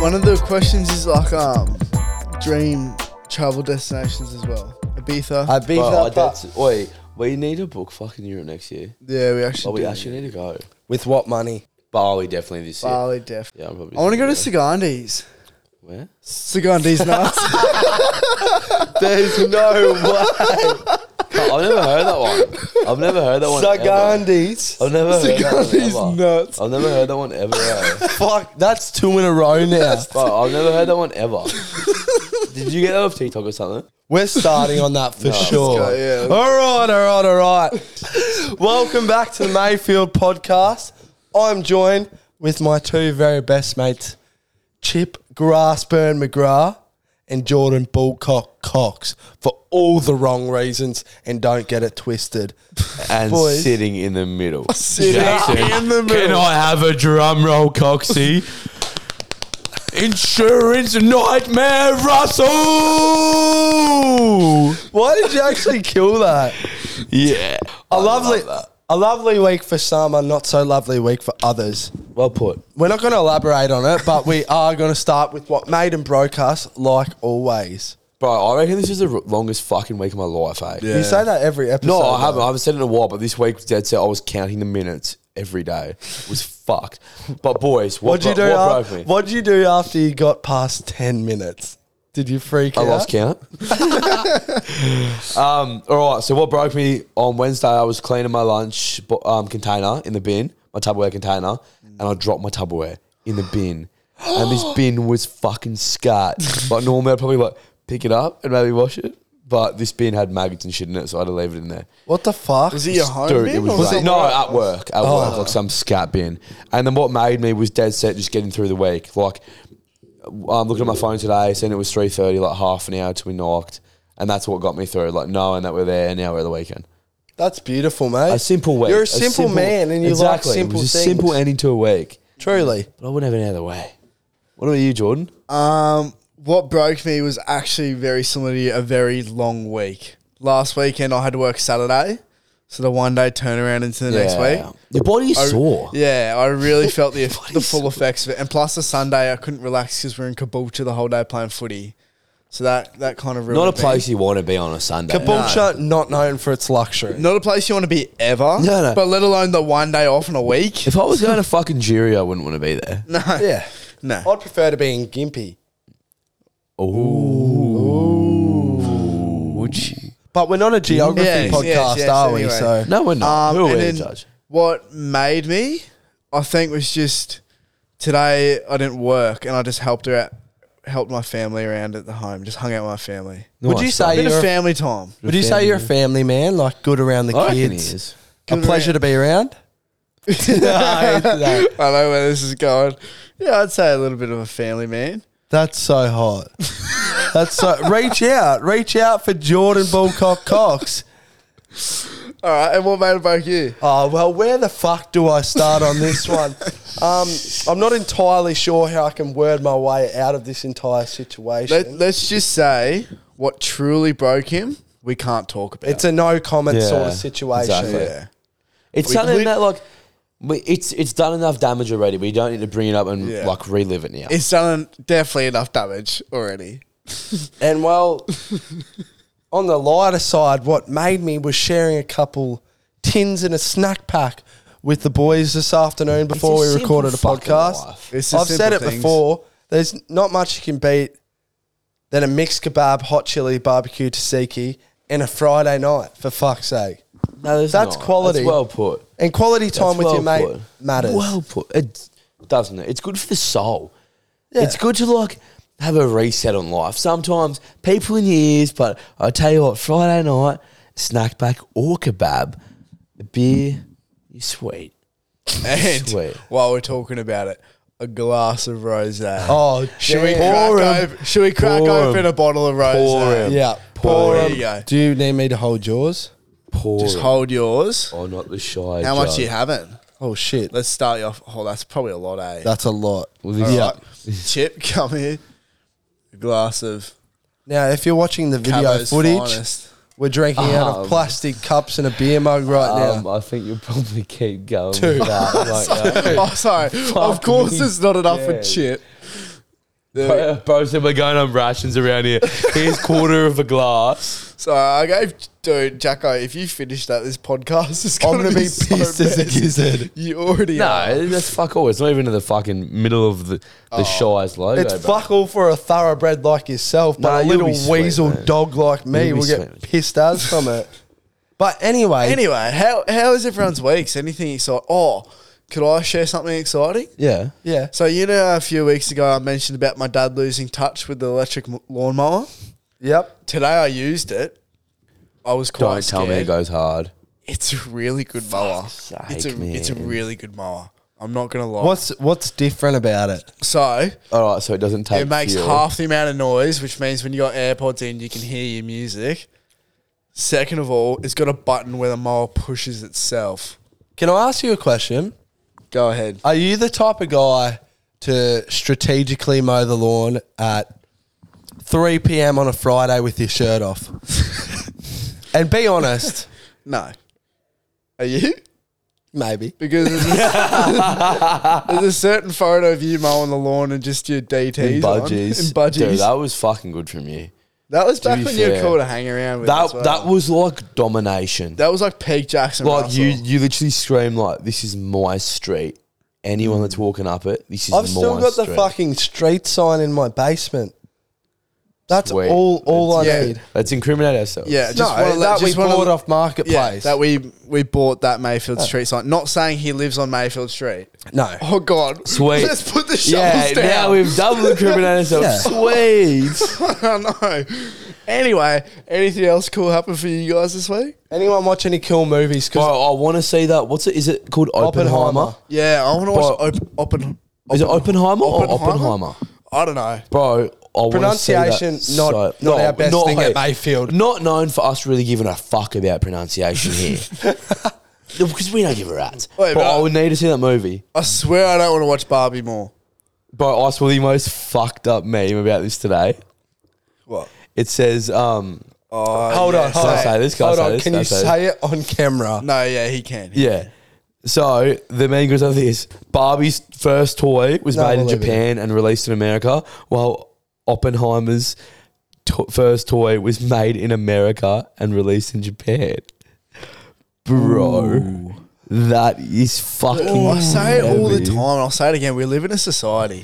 One of the questions is like um, dream travel destinations as well. Ibiza. Ibiza, Bro, but that's, wait, we need to book fucking Europe next year. yeah, we actually. But we do. actually need to go. with what money? Bali definitely this year. Bali, def. Yeah, I'm probably. I want to go to thinking Sagandi's. about it. where? Sagandi's nuts. There's no way. I've never heard that one. I've never heard that one. ever. Sagandi's. I've never heard that one. Sagandi's ever. nuts. I've never heard that one ever. eh. Fuck, that's two in a row now. Bro, I've never heard that one ever. Did you get that off TikTok or something? We're starting on that for sure. go, yeah, let's- all right, all right, all right. Welcome back to the Mayfield podcast. I'm joined with my two very best mates, Chip Grassburn McGrath and Jordan Bullcock Cox, for all the wrong reasons and don't get it twisted. And Boys. sitting in the middle. Sitting in the middle. Can I have a drum roll, Coxie? Insurance nightmare, Russell. Why did you actually kill that? Yeah, A lovely, a lovely week for some, a not so lovely week for others. Well put. We're not going to elaborate on it, but we are going to start with what made and broke us, like always. Bro, I reckon this is the r- longest fucking week of my life, eh? Yeah. You say that every episode. No, I haven't. though. I haven't said it in a while, but this week, dead set, I was counting the minutes every day. It was fucked. But, boys, what, What'd you do? bro- what af- broke me? what'd you do after you got past ten minutes? Did you freak I out? lost count. um, all right. So what broke me on Wednesday? I was cleaning my lunch bo- um, container in the bin, my Tupperware container, and I dropped my Tupperware in the bin, and this bin was fucking scat. But normally I'd probably like pick it up and maybe wash it, but this bin had maggots and shit in it, so I had to leave it in there. What the fuck? Was it your home? Dude, bin it was, or like- it no like- at work, at work, like some scat bin. And then what made me was dead set just getting through the week. Like I'm looking at my phone today, seeing it was three thirty, like half an hour till we knocked, and that's what got me through. Like knowing that we're there and now we're at the weekend. That's beautiful, mate. A simple week. You're a simple, man, and you like simple It was things. a simple ending to a week, Truly, but I wouldn't have any other way. What about you, Jordan? Um, what broke me was actually very similar to you, a very long week. Last weekend I had to work Saturday, so the one day turnaround into the next Yeah. week. Your body's I- sore. Yeah, I really felt the the full effects of it, and plus the Sunday I couldn't relax because we're in Caboolture the whole day playing footy, so that that kind of Not a ruined me. place you want to be on a Sunday. Caboolture not known for its luxury. not a place you want to be ever. No, no. But let alone the one day off in a week. If I was going to fucking Jiri, I wouldn't want to be there. No, Yeah, no. I'd prefer to be in Gimpy. Would you? But we're not a geography Yes, podcast, yes, yes, are we? anyway. So No, we're not. Um, Who are and we to then judge? What made me, I think, was just today I didn't work and I just helped her out, helped my family around at the home, just hung out with my family. would you Nice, A say bit you're of a, family time. would you say you're a family man, like good around the I reckon kids? he is. A Good pleasure around- to be around. No, no. I know where this is going. Yeah, I'd say a little bit of a family man. That's so hot. That's so. Reach out, reach out for Jordan Bullcock Cox. All right, and what made about you? Oh well, where the fuck do I start on this one? Um, I'm not entirely sure how I can word my way out of this entire Let, situation. let's just say what truly broke him, we can't talk about. It's a no comment sort of Yeah, situation. exactly. yeah. It's We- something we- that like we, it's it's done enough damage already. We don't need to bring it up and Yeah. like relive it now. It's done definitely enough damage already. And well, on the lighter side, what made me was sharing a couple tins and a snack pack with the boys this afternoon before a we simple recorded a fucking podcast. life. It's the I've said it simple things. before. There's not much you can beat than a mixed kebab, hot chili, barbecue tzatziki, and a Friday night. For fuck's sake, no, there's that's quality. That's well put. and quality That's time with well your mate put. matters. Well put. It doesn't it? It's good for the soul. It's good to like have a reset on life. Sometimes people in years, but I tell you what, Friday night snack pack or kebab, a beer, you sweet. And Sweet. while we're talking about it, a glass of rosé. oh, Should we, damn. crack, Pour 'em. open, should we crack Pour 'em. open a bottle of rose? Pour 'em. Yeah, Pour pour 'em. 'em. Do you need me to hold yours? Pour Just it. hold yours. Oh, not the shy. How much jug. you having? Oh shit, Let's start you off. Oh, that's probably a lot, eh? that's a lot. this- All yeah. right. Chip, come here. A glass of Now, if you're watching the video Cabo's footage, finest. we're drinking out of Um, plastic cups and a beer mug right Um, now. I think you'll probably keep going. Dude. With that, like that. Oh, sorry. of course, me it's not enough for dead. Chip. The- Bro, uh, bro said we're going on rations around here. Here's quarter of a glass. so I gave dude Jacko. If you finish that, this podcast is I'm gonna, gonna be pissed so as a bad. gizzard. You already are. No, that's fuck all. It's not even in the fucking middle of the, the Shires logo. It's bro. fuck all for a thoroughbred like yourself, Nah, but a you'll little be sweet, weasel mate. dog like me You'll be will get sweet. pissed as from it. But anyway, Anyway, how how is everyone's weeks? Anything exciting? Oh, could I share something exciting? Yeah. yeah, So you know, a few weeks ago, I mentioned about my dad losing touch with the electric m- lawnmower. yep. Today, I used it. I was quite Don't tell me it scared. goes hard. It's a really good mower. it's a sake, it's a man. really good mower. I'm not gonna lie. What's what's different about it? So All right, so it doesn't take. it makes fuel. half the amount of noise, which means when you got AirPods in, you can hear your music. Second of all, it's got a button where the mower pushes itself. Can I ask you a question? Go ahead. Are you the type of guy to strategically mow the lawn at 3 p.m. on a Friday with your shirt off? and be honest, No. Are you? maybe. Because there's a, there's a certain photo of you mowing the lawn and just your DTs And on. budgies. and budgies. Dude, that that, was fucking good from you. was to back be when you were fair, cool to hang around with. That as well. that was like domination. that was like peak Jackson. like Russell. you, you literally scream like, "This is my street." Anyone that's walking up it, this is I've my still got the street. fucking street sign in my basement. That's Sweet. all all I Yeah. need. Let's incriminate ourselves. yeah, just no, wanna let- that we just wanna- bought off marketplace. that we we bought that Mayfield Street sign. Not saying he lives on Mayfield Street. no, Oh God, Sweet. Let's put the shovels Yeah, down. now we've double incriminated ourselves. Sweet. I know. Anyway, anything else cool happened for you guys this week? Anyone watch any cool movies? Bro, Oh, Because I want to see that. What's it? Is it called Oppenheimer? Oppenheimer. Yeah, I want to watch Open. Open Is it Oppenheimer, or Oh, Oppenheimer? Oppenheimer? I don't know. Bro, I wanna see that Pronunciation, not- so- not our best thing at Mayfield. Not known for us really giving a fuck about pronunciation here. No, Because we don't give a rat's. Wait, but but- I would need to see that movie. I swear I don't want to watch Barbie more. Bro, I saw the most fucked up meme about this today. What? It says, um, Oh, hold yeah, on, so- hold I on. say this? Can I hold say on. this? Can Can I you say this? say it on camera? No, yeah, he can. yeah. So the meme goes like this Barbie's first toy was No, made we'll in leave it Japan and released in America, while Oppenheimer's to- first toy was made in America and released in Japan. Bro, that is fucking. Oh, I say it all the heavy. time, and I'll say it again. We live in a society.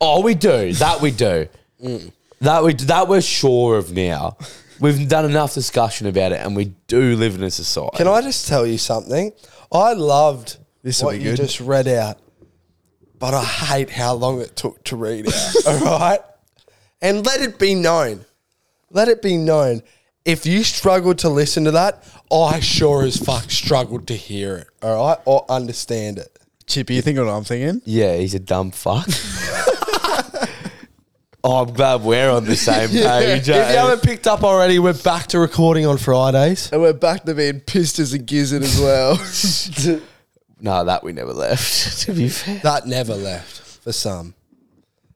Oh, we do. That we do. Mm. That we that we're sure of now. We've done enough discussion about it, and we do live in a society. Can I just tell you something? I loved This'll what be you good. just read out, but I hate how long it took to read out. all right? And let it be known. Let it be known. If you struggled to listen to that, I sure as fuck struggled to hear it, all right? Or understand it. Chippy, you thinking what I'm thinking? Yeah, he's a dumb fuck. oh, I'm glad we're on the same page. If you eh? haven't picked up already, we're back to recording on Fridays. And we're back to being pissed as a gizzard as well. no, that we never left. to be fair. That never left for some.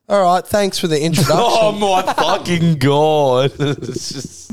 All right, thanks for the introduction. Oh my fucking god! It's just-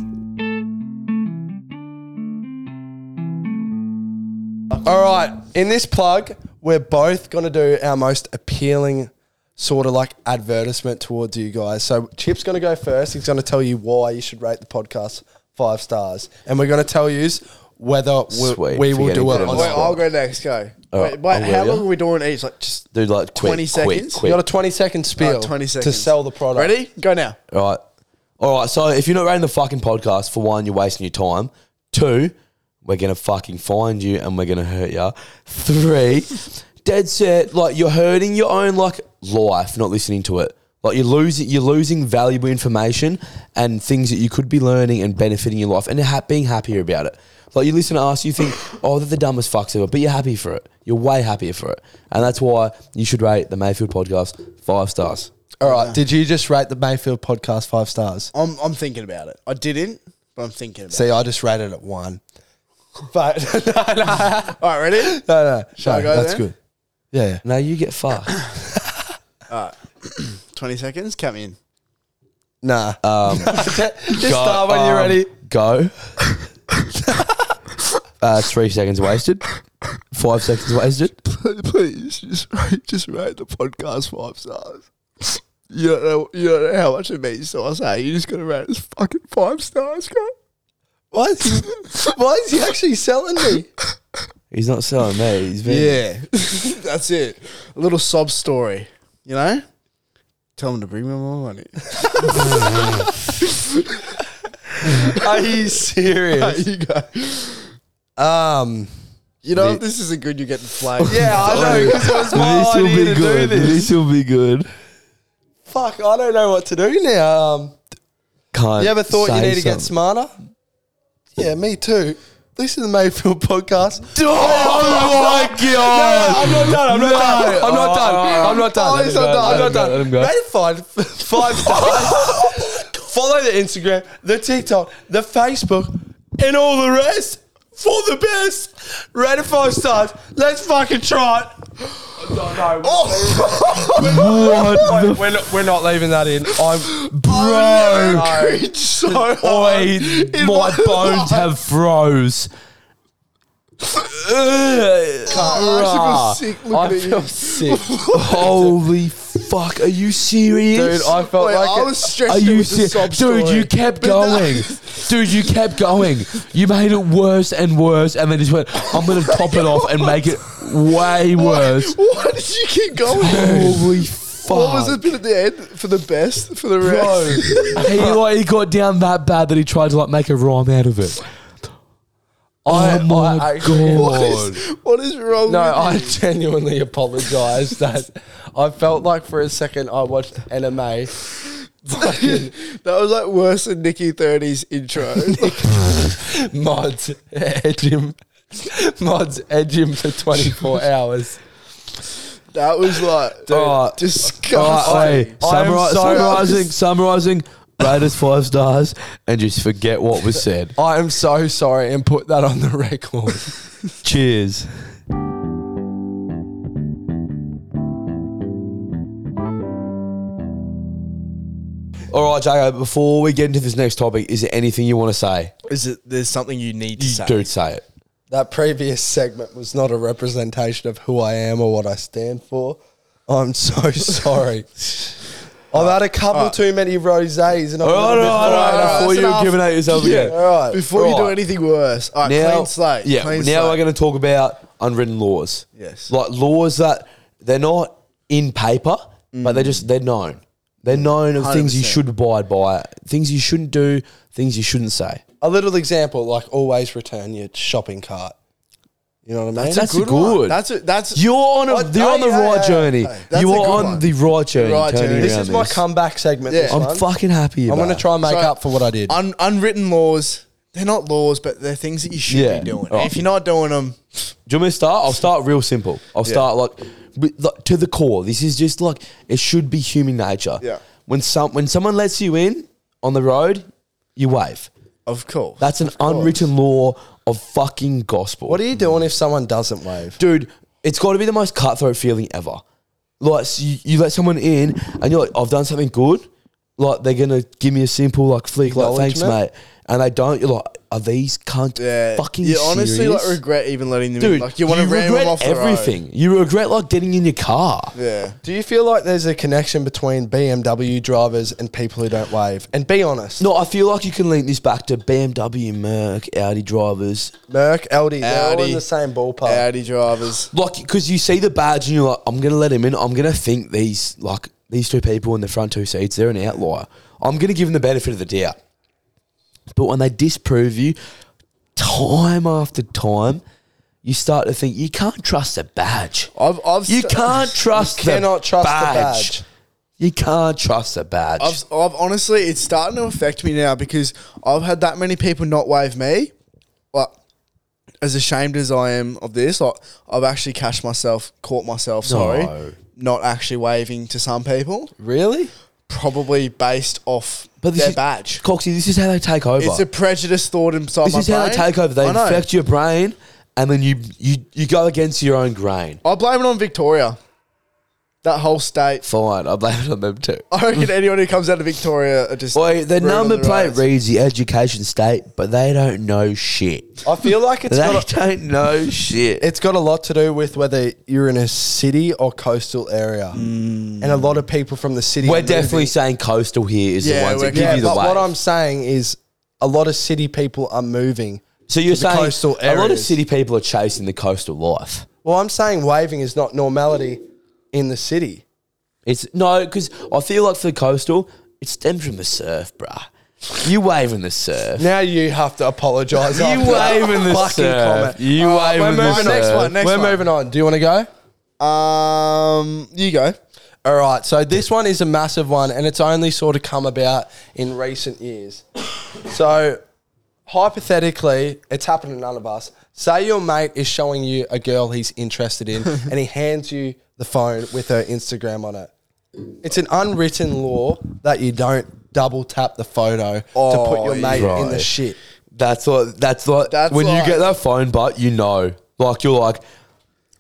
All right, in this plug, we're both going to do our most appealing sort of like advertisement towards you guys. So Chip's going to go first. He's going to tell you why you should rate the podcast five stars. And we're going to tell you whether we, Sweet, we will forgetting do it to Wait, or mention. not. I'll go next. Go. Alright, Wait, wait, I'll go, how yeah. long are we doing each? Like just Dude, like 20 quick, 20 seconds? seconds. You Quick, got a quick. 20 second spiel like, 20 to Uh, seconds sell the product. Ready? Go now. All right, all right. So if you're not rating the fucking podcast, for one, you're wasting your time. Two, we're gonna fucking find you and we're gonna hurt you. Three, dead set. Like you're hurting your own like life, not listening to it. Like you're losing, you're losing valuable information and things that you could be learning and benefiting your life and ha- being happier about it. Like you listen to us, you think, oh, they're the dumbest fucks ever, but you're happy for it. You're way happier for it, and that's why you should rate the Mayfield podcast five stars. All right, did you just rate the Mayfield podcast five stars? I'm, I'm thinking about it. I didn't, but I'm thinking about See, I just rated it one. But no, no, it. All right, ready? no, no, I go that's then? good. Yeah, yeah. Now you get fucked. 20 seconds. Come in. Nah. just Go, start when you're um, ready. Go. uh, three seconds wasted. Five seconds wasted. Please, just rate, just rate the podcast five stars. You don't know, you don't know how much of meat sauce, hey? You just gotta rate it as fucking five stars, bro. Why is he, why is he actually selling me? He's not selling me. He's been Yeah, that's it. A little sob story, you know. Tell him to bring me more money. Are you serious? you go. Um, You know, if this isn't good, you're getting flagged. yeah, Oh, I know because it was my This will idea be to do good. this. This will be good. Fuck, I don't know what to do now. Um, Can't. you ever thought you say need to get something. smarter? Yeah, me too. Listen to the Mayfield podcast. Oh my god! I'm not done. I'm not done. I'm not done. I'm not done. Oh, I'm he's not not done. I'm done. not Let done. him go, let Rate five, five stars. Follow the Instagram, the TikTok, the Facebook, and all the rest for the best. Rate it five stars. Let's fucking try it. Oh. What the We're not, we're not leaving that in. I'm bro? Cringe so hard. Oi, In my my bones life. have froze. I actually feel sick I looking at you. feel sick, Holy fuck! Are you serious? dude. I felt Wait, like I it. was stretched. Are it you with the serious? sob Dude, story. you kept going. Dude, you kept going. You made it worse and worse, and then just went, I'm going to top it off and make it way worse. Why did you keep going? Holy fuck. What was the bit at the end for the best for the Bro, rest? he, like, he got down that bad that he tried to like make a rhyme out of it. I- Oh my I actually- What god. is, what is wrong? No, with you? I genuinely apologise that I felt like for a second I watched anime. that was like worse than Nikki 30's intro. Mods edge him. Mods edge him for 24 hours. that was like Oh, disgusting. hey, I am summari- so- summarizing, summarizing, rate us five stars and just forget what was said. I am so sorry and put that on the record. Cheers. All right, Jago, before we get into this next topic, is there anything you want to say? Is it? There's something you need to say. Dude, say it. That previous segment was not a representation of who I am or what I stand for. I'm so sorry. I've had a couple too many rosés and I'm All right, all right, all right. Before Before you you enough. giving out yourself Yeah. again. all right. Before you do Right. anything worse, all right, clean slate. Yeah, clean now slate. we're going to talk about unwritten laws. Yes. like laws that they're not in paper, but they're just they're known. They're known of things you 100%. should abide by, things you shouldn't do, things you shouldn't say. a little example, like always return your shopping cart. You know what I mean? That's a good. one. That's a, that's You're on a, What? you're Oh, on the yeah, right yeah, journey. yeah. That's a you are good on one. the right journey. Right turning journey. this around is my this. comeback segment. Yeah. This I'm one. fucking happy. I'm About gonna try and make So- up for what I did. un, unwritten laws. They're not laws, but they're things that you should Yeah. be doing. Oh. Right. If you're not doing them, Do you want me to start? I'll start real simple. I'll start like, with- like, to the core. This is just like it should be human nature. Yeah. When some when someone lets you in on the road, you wave. of course. That's an unwritten law of fucking gospel. what are you doing if someone doesn't wave? dude, it's got to be the most cutthroat feeling ever. Like so you, you let someone in and you're like, I've done something good. Like they're gonna give me a simple like flick, like thanks, mate, Acknowledgement? and they don't. You're like, are these cunt yeah, fucking you honestly serious? like regret even letting them in. dude? Like you want to ram regret them off the everything. You regret like getting in your car. Road. Yeah, Do you feel like there's a connection between BMW drivers and people who don't wave? And be honest, No, I feel like you can link this back to BMW, Merc, Audi drivers. Merck, Audi, they're all Audi. in the same ballpark. Audi drivers. Like, because you see the badge and you're like, I'm gonna let him in. I'm gonna think these like these two people in the front two seats, they're an outlier. I'm gonna give them the benefit of the doubt. But when they disprove you, time after time, you start to think you can't trust the badge. I've, I've You st- can't trust. the cannot trust the badge. You can't trust the badge. I've, I've honestly, it's starting to affect me now because I've had that many people not wave me. Like, as ashamed as I am of this, like, I've actually cashed myself, caught myself, sorry, No. not actually waving to some people, Really? probably based off But this their is- badge. Coxie, this is how they take over. It's a prejudice thought inside This my is how they brain. take over. They I know. infect your brain, and then you you you go against your own grain. I blame it on Victoria. That whole state. Fine, I blame it on them too. I reckon anyone who comes out of Victoria are just. Boy, Mm. the ruined on number the plate roads. reads the education state, but they don't know shit. I feel like it's they got a, don't know shit. it's got a lot to do with whether you're in a city or coastal area, and a lot of people from the city. We're are definitely moving. saying coastal here is Yeah, the ones we're- that give yeah. you the But wave. what I'm saying is, a lot of city people are moving. so you're to the saying a coastal lot of areas. city people are chasing the coastal life. Well, I'm saying waving is not normality in the city. It's no, because I feel like for the coastal, it stems from the surf, bruh. You wave in the surf. Now you have to apologise. You after that wave in the fucking surf. comment. You wave we're in the moving surf. Next one, Next we're one. moving on. Do you want to go? Um, you go. All right. So this one is a massive one, and it's only sort of come about in recent years. so hypothetically, it's happened to none of us. Say your mate is showing you a girl he's interested in, and he hands you the phone with her Instagram on it. It's an unwritten law that you don't double tap the photo to put Oh, your mate in the right. shit. That's like that's like That's when like- you get that phone, but you know, like you're like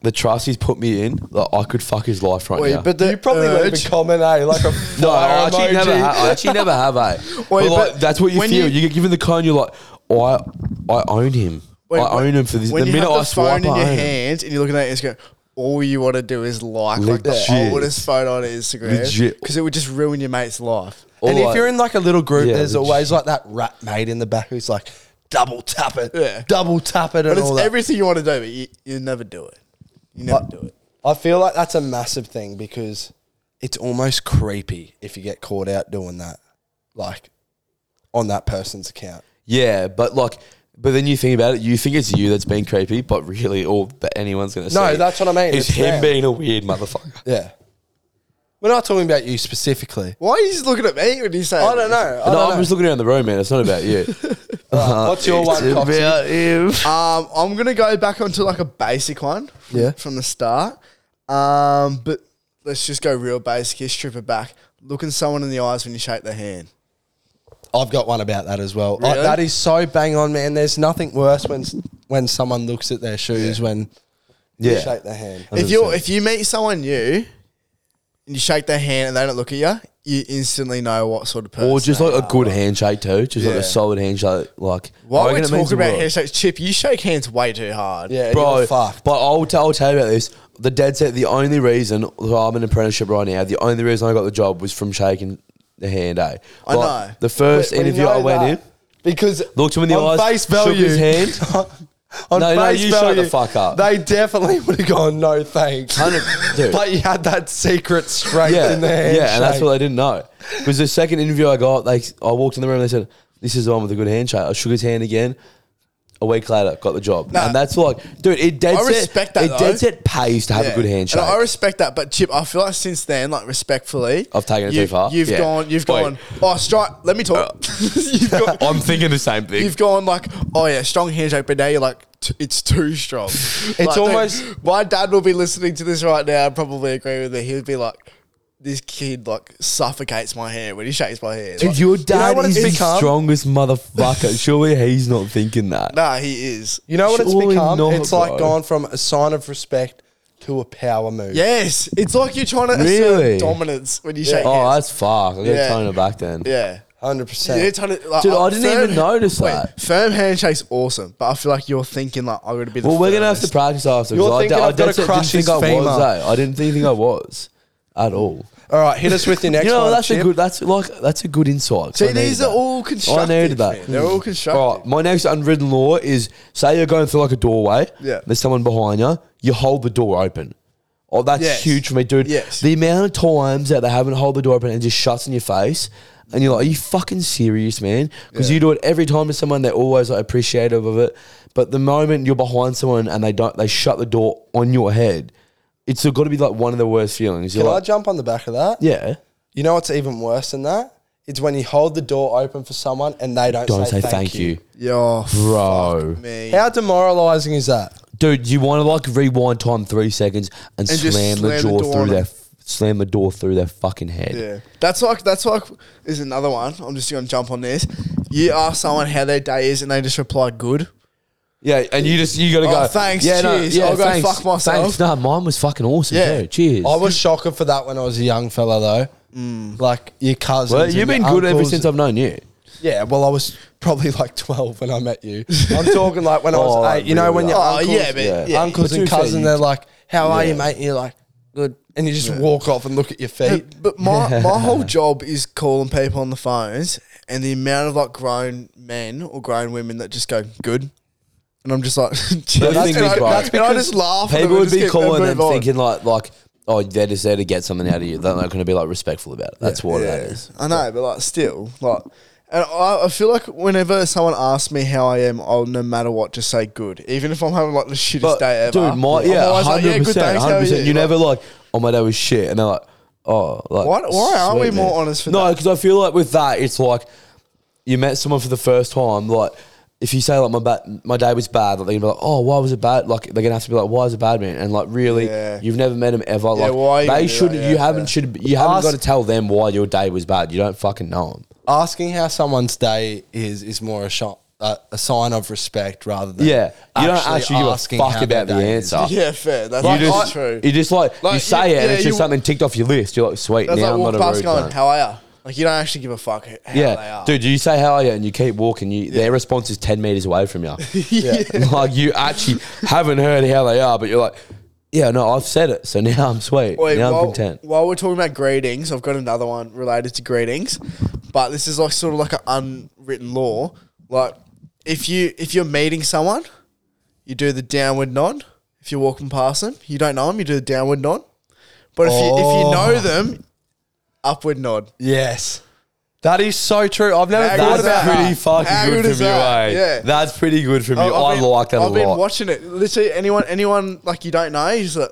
the trust he's put me in. Like I could fuck his life right Wait, now. but the You probably won't urge. even comment, eh? Like a no, I fire actually emoji. never. Ha- I actually never have. Eh? but like, but that's what you when feel. you- You, get given the cone, you're like, oh, I, I own him. Wait, I when- own him for this. The When you minute have the I swipe, phone in your I own him. hands and you're looking at it, it's going. All you want to do is like, like the Legit. oldest photo on Instagram, Legit. because it would just ruin your mate's life. Or And like- if you're in like a little group, Yeah, there's the always like that rat mate in the back who's like, double tap it, Yeah. double tap it, and But it's all that. everything you want to do, but you, you never do it. You never do it. I feel like that's a massive thing because it's almost creepy if you get caught out doing that, like on that person's account. Yeah, but like, but then you think about it, you think it's you that's being creepy, but really all that anyone's gonna No, see that's what I mean. Is It's him them. being a weird motherfucker. Yeah. We're not talking about you specifically. Why are you just looking at me when you say? I don't know. no, I don't I'm know. just looking around the room, man. It's not about you. What's your one, Coxie? him. Um, I'm gonna go back onto like a basic one. Yeah. From the start. Um, but let's just go real basic. Here, strip it back. Looking someone in the eyes when you shake their hand. I've got one about that as well. Like, Really? that is so bang on, man. There's nothing worse when when someone looks at their shoes when you Yeah. shake their hand. If you if you meet someone new and you shake their hand and they don't look at you, you instantly know what sort of person. Or just they like a are. good handshake too, just like Yeah. a solid handshake. Like I While reckon we're it means talking the about world. handshakes, Chip, you shake hands way too hard. Yeah, bro. bro, fucked. But I'll, t- I'll tell you about this. The dead set. The only reason that I'm in apprenticeship right now, the only reason I got the job was from shaking the hand. Eh? I Like, know. The first We- we interview know I went that in, because looked him in the on eyes, face shook value, his hand. on No, face no, you shut the value, fuck up. They definitely would have gone no thanks. Hundred- dude. but you had that secret strength yeah, in the hand. yeah, and that's what I didn't know. Because the second interview I got, they I walked in the room and they said, "This is the one with a good handshake." I shook his hand again. A week later, got the job, Nah. and that's like, dude, it dead I set. respect that, it though. dead set pays to have Yeah. a good handshake. And I respect that, but Chip, I feel like since then, like respectfully, I've taken it too you've- far. You've Yeah. gone, you've Wait. Oh. gone. Oh, strike. Let me talk. you've, gone, I'm thinking the same thing. you've gone like, oh yeah, strong handshake, but now you're like, t- it's too strong. it's almost- my dad will be listening to this right now. and Probably agree with me. He'd be like, this kid like suffocates my hand when he shakes my hand. Dude, Like, your dad what is it's the become? strongest motherfucker. Surely he's not thinking that. nah, he is. You know what it's Surely become? not, it's like bro. gone from a sign of respect to a power move. Yes, it's like you're trying to Really? assert dominance when you shake Oh, hands. that's fuck. I'm Yeah. gonna tone it back then. yeah. hundred You need percent. to tell it- like, Dude, uh, I didn't even notice that. Firm handshake's awesome, but I feel like you're thinking like I'm gonna be. The Well, we're gonna have to firmest. practice after. You're 'cause I, thinking d- I I've gotta dead set crush didn't his think I femur. was. eh? I didn't think I was at all. All right, hit us with your next you know, one. that's a Chip. good. That's like that's a good insight. 'cause See, I needed these are that. Oh, all constructive. I needed that. man. They're all constructive. All right, my next unwritten law is: say you're going through like a doorway. Yeah. There's someone behind you. You hold the door open. Oh, that's Yes. huge for me, dude. Yes. The amount of times that they haven't hold the door open and just shuts in your face, and you're like, "Are you fucking serious, man?" Because you do it every time to someone. They're always like appreciative of it, but the moment you're behind someone and they don't, they shut the door on your head. It's got to be like one of the worst feelings. You're Can I like, jump on the back of that? yeah. You know what's even worse than that? It's when you hold the door open for someone and they don't, Don't say, say thank you, Yo, bro. me. How demoralizing is that? Dude, you want to like rewind time three seconds And and, just slam, slam the the jaw door on through their them. f- slam the door through their fucking head. Yeah, that's like that's like is another one. I'm just gonna jump on this. You ask someone how their day is, and they just reply good. Yeah, and you just you gotta Oh, go. thanks, Yeah, no, cheers. yeah, I'll go thanks, fuck myself. Thanks. No, mine was fucking awesome. Yeah. Yeah. Too. Cheers. I was shocker for that when I was a young fella, though. Mm. Like your cousins. well, and you've been your good ever uncles. since I've known you. Yeah, well, I was probably like twelve when I met you. I'm talking like when I Oh, was eight. You know, when really? your Oh, uncles, yeah, but- Yeah. yeah. uncles But to and be fair, cousins, you- they're like, "How are you, mate?" And you're like, "Good," and you just walk off and look at your feet. But, but my, my whole job is calling people on the phones, and the amount of like grown men or grown women that just go good, and I'm just like, Don't and I, think it's and I right. just laugh. at them People and would just be keep- calling move and on. thinking like like oh they're just there to get something out of you. They're not gonna be like respectful about it. That's what that Yeah, is. I know, but like still, like, and I, I feel like whenever someone asks me how I am, I'll no matter what just say good, even if I'm having like the shittest But day ever. dude, my I'm yeah, always like, hundred good percent, thanks, how are hundred percent. You Like, never like oh my day was shit, and they're like oh like Why- why aren't we sweet, more man. honest for No, that? because I feel like with that it's like you met someone for the first time like. If you say like my ba- my day was bad, like they're gonna be like, oh, why was it bad? Like they're gonna have to be like, why is it bad, man? And like really, Yeah. you've never met them ever. Like why you gonna they do should, that? Yeah, you haven't yeah. should, you haven't Ask- got to tell them why your day was bad. You don't fucking know them. Asking how someone's day is is more a shot. Uh, a sign of respect rather than Yeah, you don't actually give a asking fuck how their about the day is. answer. Yeah, fair. That's You like, just, true. you just like, Like, you you- say it, and yeah, it's just you- something ticked off your list. You're like, sweet, That's now like I'm not walk a past rude going, cunt. how are ya? Like you don't actually give a fuck how they Yeah, are. dude, you say how are you, and you keep walking. You, their response is ten meters away from you. yeah. like you actually haven't heard how they are, but you're like, yeah, no, I've said it, so now I'm sweet. Wait, now while, I'm content. while we're talking about greetings, I've got another one related to greetings, but this is like sort of like an unwritten law. Like if you if you're meeting someone, you do the downward nod. If you're walking past them, you don't know them, you do the downward nod. But if Oh. you if you know them, upward nod. Yes, that is so true. I've never How thought good is about that? that. Pretty fucking How good, good from is you, that? eh? Yeah. Oh, That's pretty good from you. I've I been- like that I've a been lot, watching it. Literally anyone anyone like you don't know, you just like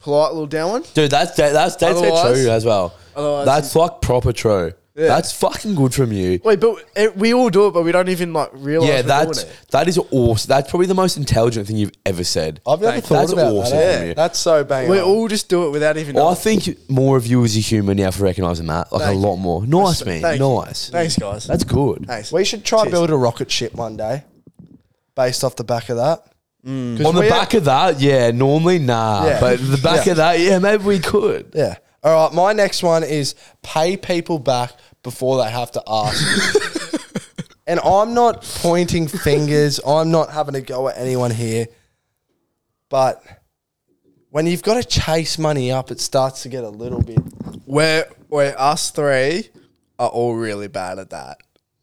polite little downward. dude. That's that, that's that's Otherwise- true as well. otherwise- That's like proper true. That's fucking good from you. Wait, but it, we all do it, but we don't even like realize. Yeah, we're that's doing it. that is awesome. That's probably the most intelligent thing you've ever said. I've never Like, thought that's about awesome that. from eh? you. That's so bang we on. all just do it without even. I knowing. think more of you as a human now for recognizing that, like Thank a lot more. Nice, man. Thank you. nice. Thanks, guys. That's good. Thanks. We should try and Cheers. build a rocket ship one day, based off the back of that. 'Cause On the we- back of that, yeah, normally nah, Yeah. but the back Yeah. of that, yeah, maybe we could. yeah. All right, my next one is pay people back before they have to ask. you. and I'm not pointing fingers. I'm not having a go at anyone here. But when you've got to chase money up, it starts to get a little bit. We're, we're us three are all really bad at that.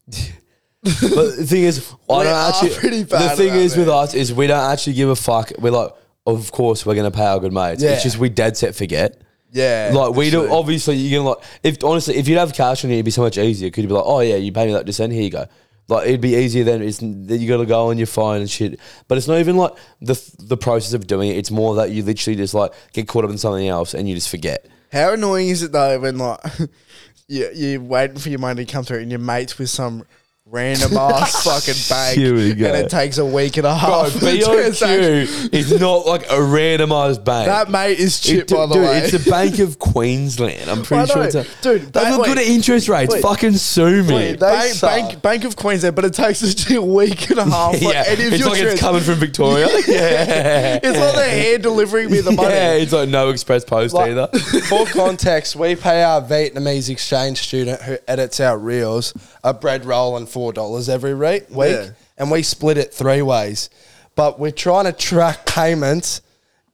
But the thing is, I We don't are actually. pretty the bad at thing that, is with man. us is we don't actually give a fuck. We're like, of course we're gonna pay our good mates. Yeah. It's just we dead set forget. Yeah, Like we do literally. obviously you're gonna like if honestly if you'd have cash on you it'd be so much easier. Could you be like, Oh yeah, you pay me that descent, here you go. Like it'd be easier then it's then you gotta go on your phone and shit. But it's not even like the the process of doing it, it's more that you literally just like get caught up in something else and you just forget. How annoying is it though when like you you're waiting for your money to come through and your mates with some random ass fucking bank Here we go. and it takes a week and a Bro, half. for the transaction. BOQ is not like a randomized bank. That mate is chip It- by the dude, way. it's the Bank of Queensland. I'm I pretty sure know. it's a Dude, They ba- were good at wait. interest rates. Wait. Fucking sue me. Wait, They bank, suck. bank, Bank of Queensland, but it takes literally a week and a half for yeah, any of it's your like trans- it's coming from Victoria. yeah. It's like they're hand delivering me the money. Yeah, it's like no express post either. For context, we pay our Vietnamese exchange student who edits our reels a bread roll and four dollars every re- week, Yeah. and we split it three ways. But we're trying to track payments,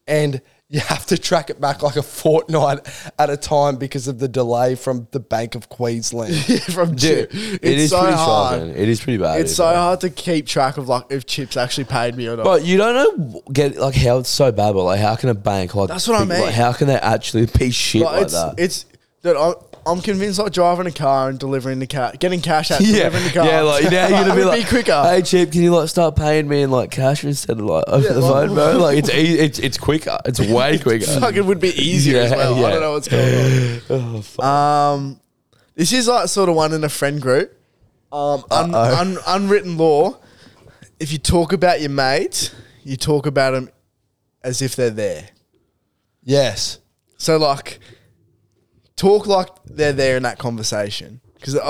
and you have to track it back like a fortnight at a time because of the delay from the Bank of Queensland. from Dude, Chip. It's it is so pretty hard. shocking. It is pretty bad. It's so hard to keep track of like if Chip's actually paid me or not. But you don't know get like how it's so bad, but like how can a bank like That's what I be- mean. Like, how can they actually be shit Like, like, it's that? it's dude, I'm, I'm convinced like driving a car and delivering the car, getting cash out, yeah, delivering the car. yeah, like now you're it gonna be would like, quicker. Hey, cheap, can you like start paying me in like cash instead of like over Yeah, the like- phone, bro? Like it's e- it's it's quicker. It's way quicker. Fuck, it would be easier as Yeah, well. I yeah. Oh, don't know what's going on. um, this is like sort of one in a friend group. Um, un, un, unwritten law: if you talk about your mate, you talk about them as if they're there. yes. So like, talk like they're there in that conversation because You,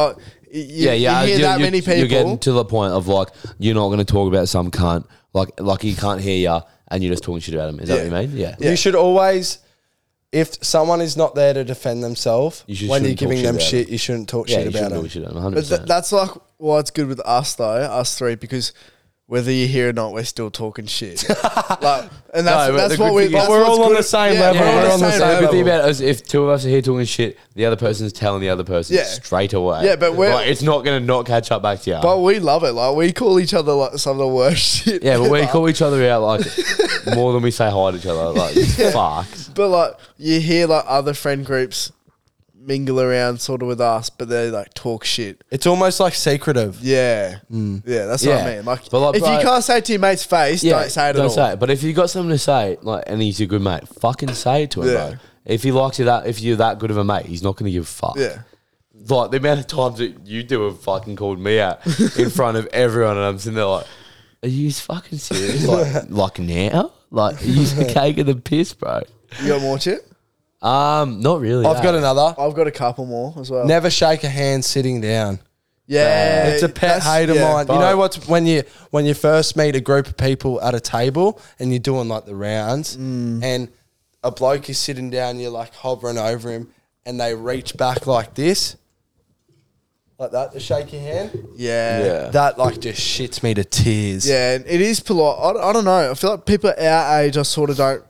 yeah, yeah. You hear you're- that you're- many people. You're getting to the point of like you're not going to talk about some cunt. Like, like he can't hear you, and you're just talking shit about him. Is that Yeah. what you mean? Yeah. Yeah. You should always, if someone is not there to defend themselves, You just when you're shouldn't talk giving shit them about shit, you shouldn't talk Yeah, shit you about shouldn't them. do shit about him. But th- 100%. that's like why it's good with us though, us three, because whether you're here or not, we're still talking shit. like, and that's, but that's the what good we. thing is- That's We're what's all on good the at- same level, we're we're all on the the same same the good level. thing about it is if two of us are here talking shit, the other person's telling the other person Yeah. straight away. Yeah, but we're- Like, it's not going to not catch up back to you. But we love it. Like we call each other like some of the worst shit. yeah, but we ever. call each other out like more than we say hi to each other. Like, fuck. But like you hear like other friend groups mingle around sort of with us, but they like talk shit. It's almost like secretive. Yeah, yeah, that's what I Mm. Yeah. mean. Like, But, like, if bro- you can't say it to your mate's face, don't say it don't at all. say it. But if you got something to say, like, and he's your good mate, fucking say it to him, Yeah. bro. If he likes you that, if you're that good of a mate, he's not going to give a fuck. Yeah, Like the amount of times that you do have fucking called me out in front of everyone, and I'm sitting there like, "Are you fucking serious? Like, like now? Like, are you taking the piss, bro?" you got more shit. Um, not really. I've got another. I've got a couple more as well. Never shake a hand sitting down. yeah, It's a pet that's- hate of yeah. mine. You know what's when you when you first meet a group of people at a table and you're doing like the rounds and a bloke is sitting down, you're like hovering over him and they reach back like this. Like that to shake your hand. Yeah. yeah. That like just shits me to tears. and it is polite. I, don't- I don't know. I feel like people our age, I sort of don't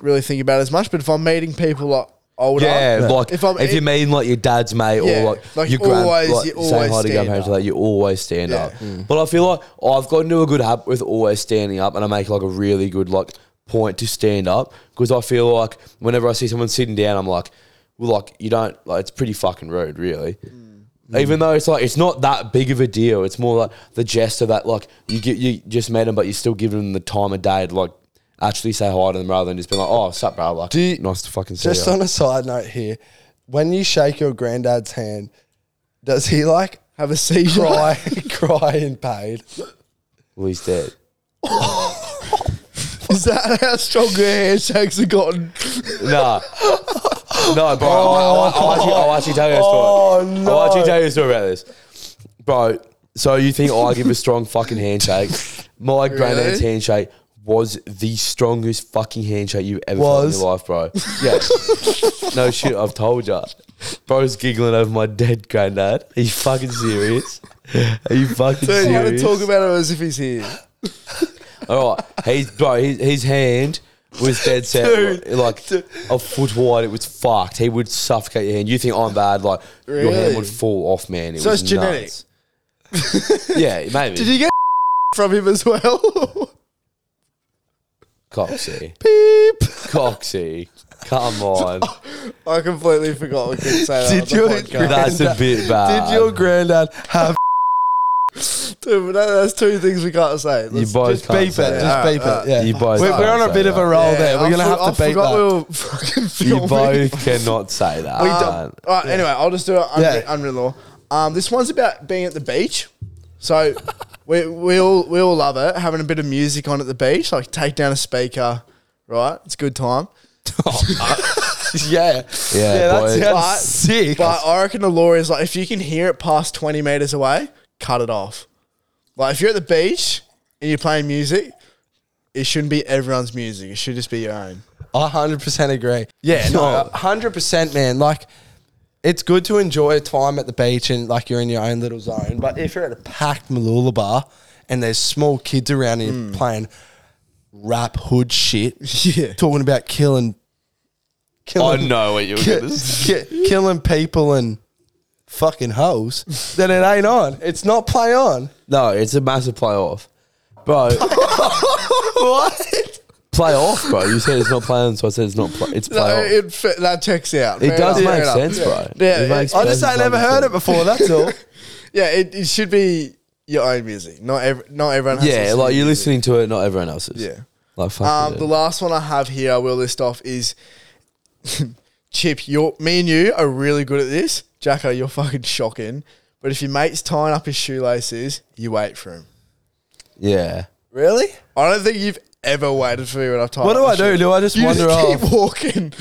really think about it as much. But if I'm meeting people like older, Yeah, like if, I'm you mean like your dad's mate Yeah, or like, like your grand, always- like, you say always hi to stand grandparents, up. like you always stand Yeah. Mm. up. But I feel like I've gotten to a good habit with always standing up, and I make like a really good like point to stand up because I feel like whenever I see someone sitting down, I'm like, well, like you don't like it's pretty fucking rude, really. Mm. Even though it's like it's not that big of a deal, it's more like the gesture that like you get you just met them, but you still give them the time of day to like actually say hi to them rather than just be like, oh, sup, bro, like Do you- nice to fucking see Just you. on a side note here, when you shake your granddad's hand, does he like have a seizure. cry cry in pain? well, he's dead. Is that how strong your handshakes have gotten? Nah. No, bro. I'll, I'll, I'll, actually, I'll actually tell you a story. Oh, no. I'll actually tell you a story about this. Bro, so you think I give a strong fucking handshake? My granddad's handshake was the strongest fucking handshake you've ever felt in Was. your life, bro. Yeah. no shit, I've told ya. Bro's giggling over my dead granddad. Are you fucking serious? Are you fucking Dude, you serious? want to talk about it as if he's here. All right, he's bro. His, his hand was dead set, like a foot wide. It was fucked. He would suffocate your hand. You think I'm bad? Like your hand Really? would fall off, man. It So was it's genetic. nuts. yeah, maybe. Did you get from him as well? Coxie, Beep. Coxie, come on. I completely forgot we could say that. Did on the you- podcast. That's a bit bad. Did your granddad have Dude, but that, that's two things we can't say. you Let's both just can't beep it. say that. Just beep it. Yeah. You both We're, we're can't on a say bit of that. a roll there. We're I gonna for- have to I beat forgot that. we were fucking You filming. both cannot say that. We don't. All right, Anyway, I'll just do it. Unwritten, Yeah. unwritten law. Um, this one's about being at the beach. So we we all we all love it. Having a bit of music on at the beach, like take down a speaker, right? It's a good time. yeah. Yeah, boy. that sounds But- sick. But I reckon the law is like if you can hear it past twenty meters away, cut it off. Like if you're at the beach and you're playing music, it shouldn't be everyone's music. It should just be your own. I hundred percent agree. Yeah, no, hundred percent, man. Like, it's good to enjoy a time at the beach and like you're in your own little zone. But if you're at a packed Malula bar and there's small kids around and Hmm. you're playing rap hood shit, Yeah. talking about killing, I killing, know what you're ki- gonna say. ki- killing people and fucking hoes, then it ain't on. It's not play on. No, it's a massive playoff, bro. What? playoff, bro. You said it's not playing, so I said it's not. Play- it's No, playoff. it, fit- that checks out. It Fair does enough. make Fair enough. sense, bro. Yeah, It yeah. makes I just perfect ain't ever fucking heard it sense. before. That's all. Yeah, it, it should be your own music. Not every, not everyone. Has to Yeah, listen like to you're music. listening to it, not everyone else's. Yeah. Like fuck. Um, it. the last one I have here, I will list off is Chip. You, me, and you are really good at this, Jacko. You're fucking shocking. But if your mate's tying up his shoelaces, you wait for him. yeah. Really? I don't think you've ever waited for me when I've tied. What do up my I do? shoe- Do I just You wander just off? keep walking,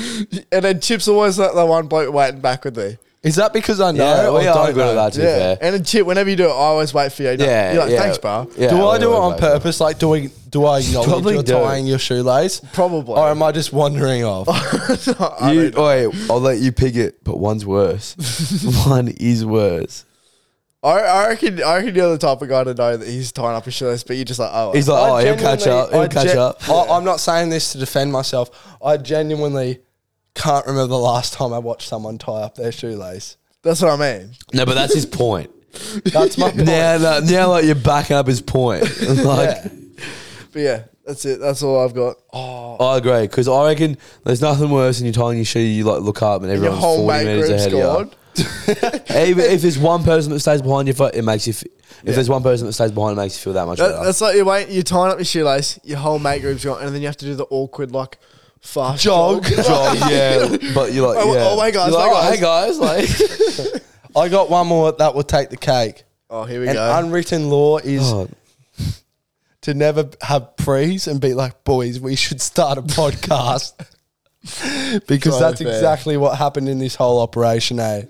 and then Chip's always like the one bloke waiting back with me. Is that because I know? Yeah, or we are don't good at know? that, to be Yeah. fair. And then shit, whenever you do it, I always wait for you. Yeah, Yeah. You're like, yeah. thanks, bro. Yeah, do I we do it were on both- purpose? Like, do we? Do I acknowledge Probably you're do. tying your shoelace? Probably. Or am I just wandering off? I You, don't- oi, I'll let you pick it, but one's worse. One is worse. I, I reckon I reckon you're the type of guy to know that he's tying up his shoelace, but you're just like, oh, He's like, oh, I he'll catch genuinely- up. He'll I catch gen- up. I, I'm not saying this to defend myself. I genuinely can't remember the last time I watched someone tie up their shoelace. that's what I mean. No, but that's his point. That's my point. now, no, now, like you're backing up his point. Like, But yeah, that's it. That's all I've got. Oh, I agree because I reckon there's nothing worse than you telling your shoe. You like look up and Your everyone's whole mate forty minutes group ahead of scored. you. Even if there's one person that stays behind you, fu- it makes you. F- if there's one person that stays behind, it makes you feel that much That, better. that's like you wait, you're tying up your shoelace, your whole mate group's gone, and then you have to do the awkward like fast Jog. Job, yeah, but you're like, Oh, yeah. oh my God, You're my like, oh, hey guys, like, I got one more that will take the cake. Oh, here we An go. unwritten law is Oh, to never have prees and be like, boys, we should start a podcast. because So that's fair. exactly what happened in this whole operation, eh?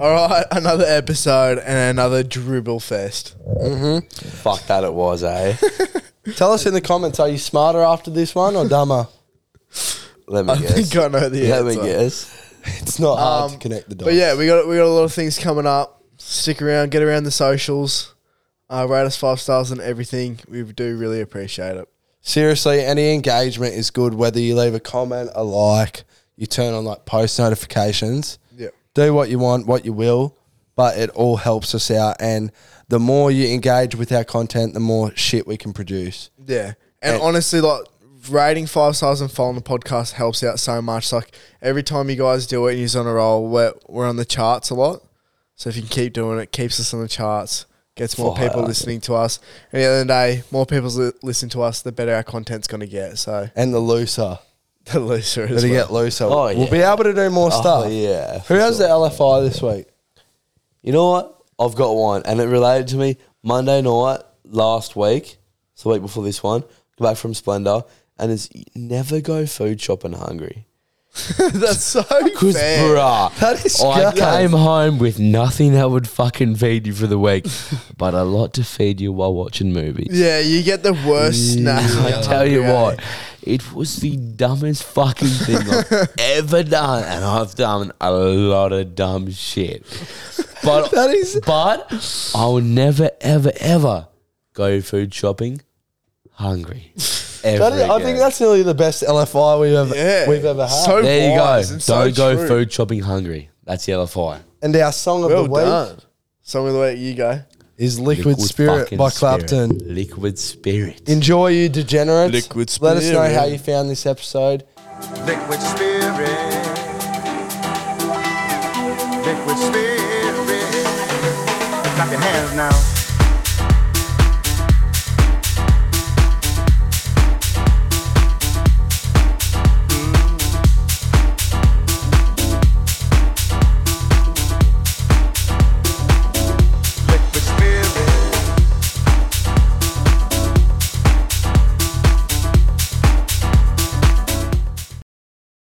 all right, another episode and another dribble fest. fuck that it was, eh? Tell us in the comments, are you smarter after this one or dumber? Let me I guess. think I know the Let answer. me guess. It's not hard to Um, connect the dots. But yeah, we got we got a lot of things coming up. Stick around, get around the socials. Uh, rate us five stars and everything. We do really appreciate it. Seriously, any engagement is good, whether you leave a comment, a like, you turn on like post notifications. Yeah. Do what you want, what you will, but it all helps us out. And the more you engage with our content, the more shit we can produce. Yeah. And, And- honestly, like rating five stars and following the podcast helps out so much. Like every time you guys do it and you're on a roll, we're, we're on the charts a lot. So if you can keep doing it, keeps us on the charts, gets more Fire. people listening to us. And at the end of the day, more people li- listen to us, the better our content's going to get. So And the looser, the looser it is. it'll well. get looser. Oh, We'll yeah. be able to do more stuff. Oh, yeah. Who has the LFI this week? You know what? I've got one, and it related to me. Monday night last week, so the week before this one, come back from Splendor, and it's never go food shopping hungry. That's so Cause fair. bruh, That is Oh, I scary. came home with nothing that would fucking feed you for the week, but a lot to feed you while watching movies. Yeah, you get the worst snack. I tell you what, it was the dumbest fucking thing I've ever done, and I've done a lot of dumb shit. But That is- but I will never, ever, ever go food shopping hungry. Ever That is, I again. think that's nearly the best LFI we've ever Yeah. we've ever had. So- there you go. wise Don't and so go true. food shopping hungry. That's the LFI. and our song of Well the week done. Song of the week, you go. is "Liquid, Spirit" fucking by spirit. Clapton. Liquid spirit. Enjoy you degenerates. Liquid Let us know spirit. how you found this episode. Liquid spirit. Liquid spirit. Clap your hands now.